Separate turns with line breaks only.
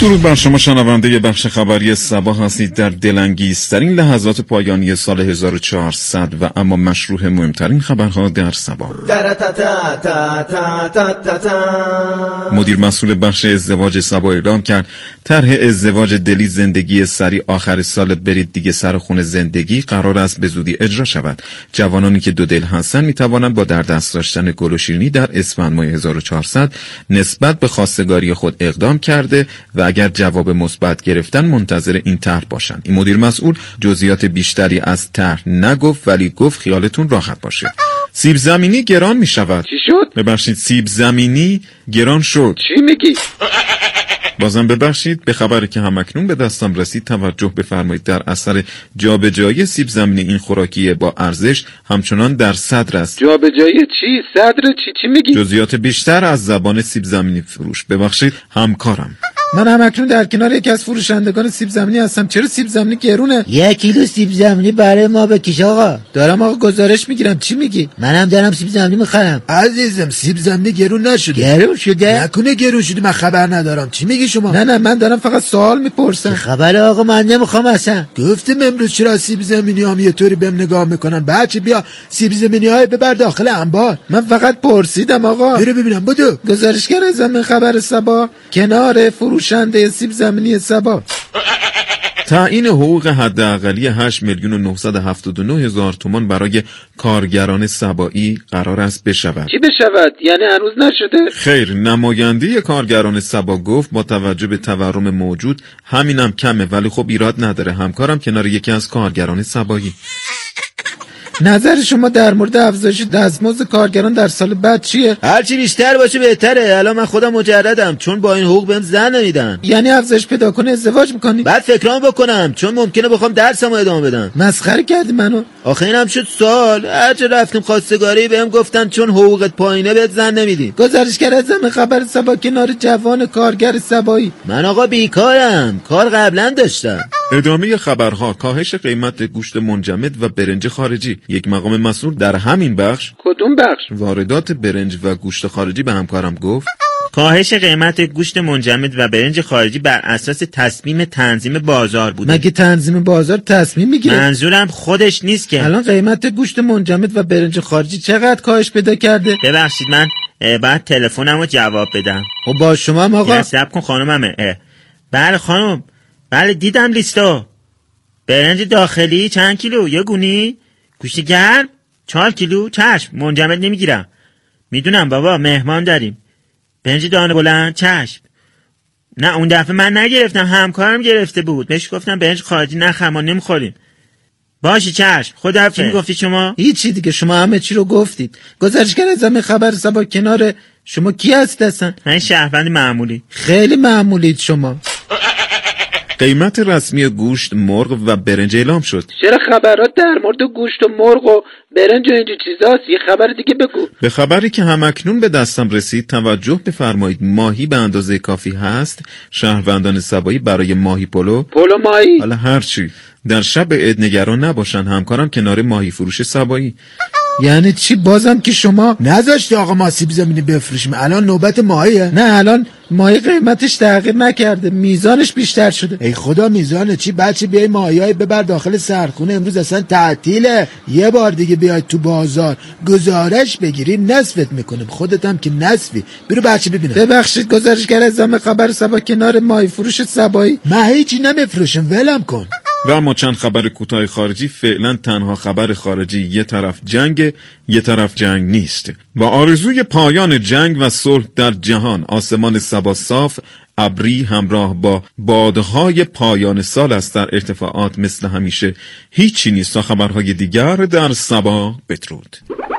درود بر شما شنونده بخش خبری سبا هستید در دلانگیزترین لحظات پایانی سال 1400 و اما مشروع مهمترین خبرها در سبا مدیر مسئول بخش ازدواج سبا اعلام کرد طرح ازدواج دلی زندگی سری آخر سال برید دیگه سر خون زندگی قرار است به زودی اجرا شود جوانانی که دو دل هستند می توانند با در دست داشتن گل و شیرینی در اسفند ماه 1400 نسبت به خواستگاری خود اقدام کرده و اگر جواب مثبت گرفتن منتظر این طرح باشند این مدیر مسئول جزئیات بیشتری از طرح نگفت ولی گفت خیالتون راحت باشه سیب زمینی گران می شود
چی شد؟
ببخشید سیب زمینی گران شد
چی میگی؟
بازم ببخشید به خبری که همکنون به دستم رسید توجه بفرمایید در اثر جابجایی سیب زمینی این خوراکی با ارزش همچنان در صدر است
جا به جای چی؟ صدر چی چی میگی؟
جزئیات بیشتر از زبان سیب زمینی فروش ببخشید همکارم
من همکنون در کنار یکی از فروشندگان سیب زمینی هستم چرا سیب زمینی گرونه
یه کیلو سیب زمینی برای ما بکش آقا
دارم آقا گزارش میگیرم چی میگی
منم دارم سیب زمینی میخرم
عزیزم سیب زمینی گرون نشده
گرون شده
نکنه گرون شده من خبر ندارم چی میگی شما نه نه من دارم فقط سوال
چه
میپرسم
خبر آقا من نمیخوام اصلا
گفتم امروز چرا سیب زمینی هم یه طوری بهم نگاه میکنن بچه بیا سیب زمینی های ببر داخل انبار من فقط پرسیدم آقا برو ببینم بدو گزارشگر زمین خبر سبا کنار فروشنده سیب زمینی سبا
تعیین حقوق حداقلی 8 میلیون و 979 هزار تومان برای کارگران سبایی قرار است بشود
چی بشود؟ یعنی هنوز نشده؟
خیر نماینده کارگران سبا گفت با توجه به تورم موجود همینم کمه ولی خب ایراد نداره همکارم کنار یکی از کارگران سبایی
نظر شما در مورد افزایش دستمزد کارگران در سال بعد چیه
هرچی بیشتر باشه بهتره الان من خودم مجردم چون با این حقوق بهم زن نمیدن
یعنی افزایش پیدا کنه ازدواج میکنی
بعد فکرام بکنم چون ممکنه بخوام
خب،
درسمو ادامه بدم
مسخره کردی منو
آخه اینم شد سال هرچه رفتیم خواستگاری بهم گفتن چون حقوقت پایینه بهت زن نمیدیم
گزارشگر زمین خبر سبا کنار جوان کارگر سبایی
من آقا بیکارم کار قبلا داشتم
ادامه خبرها کاهش قیمت گوشت منجمد و برنج خارجی یک مقام مسئول در همین بخش
کدوم بخش؟
واردات برنج و گوشت خارجی به همکارم گفت
کاهش قیمت گوشت منجمد و برنج خارجی بر اساس تصمیم تنظیم بازار بوده
مگه تنظیم بازار تصمیم میگیره
منظورم خودش نیست که
الان قیمت گوشت منجمد و برنج خارجی چقدر کاهش پیدا کرده
ببخشید من اه، باید تلفنم رو جواب بدم
خب با شما هم آقا
یه یعنی سب کن خانممه اه. بله خانم بله دیدم لیستو برنج داخلی چند کیلو یه گونی گوشت گرم چهار کیلو چشم منجمد نمیگیرم میدونم بابا مهمان داریم برنج دانه بلند چشم نه اون دفعه من نگرفتم همکارم گرفته بود بهش گفتم برنج خارجی نخر ما نمیخوریم باشه چشم خود چی میگفتی شما
هیچی دیگه شما همه چی رو گفتید گزارشگر زمین خبر سبا کنار شما کی هست هستن
من شهروند معمولی
خیلی معمولید شما
قیمت رسمی گوشت مرغ و برنج اعلام شد
چرا خبرات در مورد گوشت و مرغ و برنج و اینجور چیزاست یه خبر دیگه بگو
به خبری که همکنون به دستم رسید توجه بفرمایید ماهی به اندازه کافی هست شهروندان سبایی برای ماهی پلو
پلو ماهی
حالا هرچی در شب عید نگران نباشن همکارم کنار ماهی فروش سبایی
یعنی چی بازم که شما
نذاشته آقا ما سیب زمینی بفروشیم الان نوبت ماهیه
نه الان ماهی قیمتش تغییر نکرده میزانش بیشتر شده
ای خدا میزانه چی بچه بیای ماهیای ببر داخل سرخونه امروز اصلا تعطیله یه بار دیگه بیای تو بازار گزارش بگیری نصفت میکنیم خودت هم که نصفی برو بچه ببینم
ببخشید گزارشگر زمین خبر سبا کنار ماهی فروش سبایی
من هیچی نمیفروشم ولم کن
و اما چند خبر کوتاه خارجی فعلا تنها خبر خارجی یه طرف جنگ یه طرف جنگ نیست و آرزوی پایان جنگ و صلح در جهان آسمان سبا صاف ابری همراه با بادهای پایان سال است در ارتفاعات مثل همیشه هیچی نیست تا خبرهای دیگر در سبا بدرود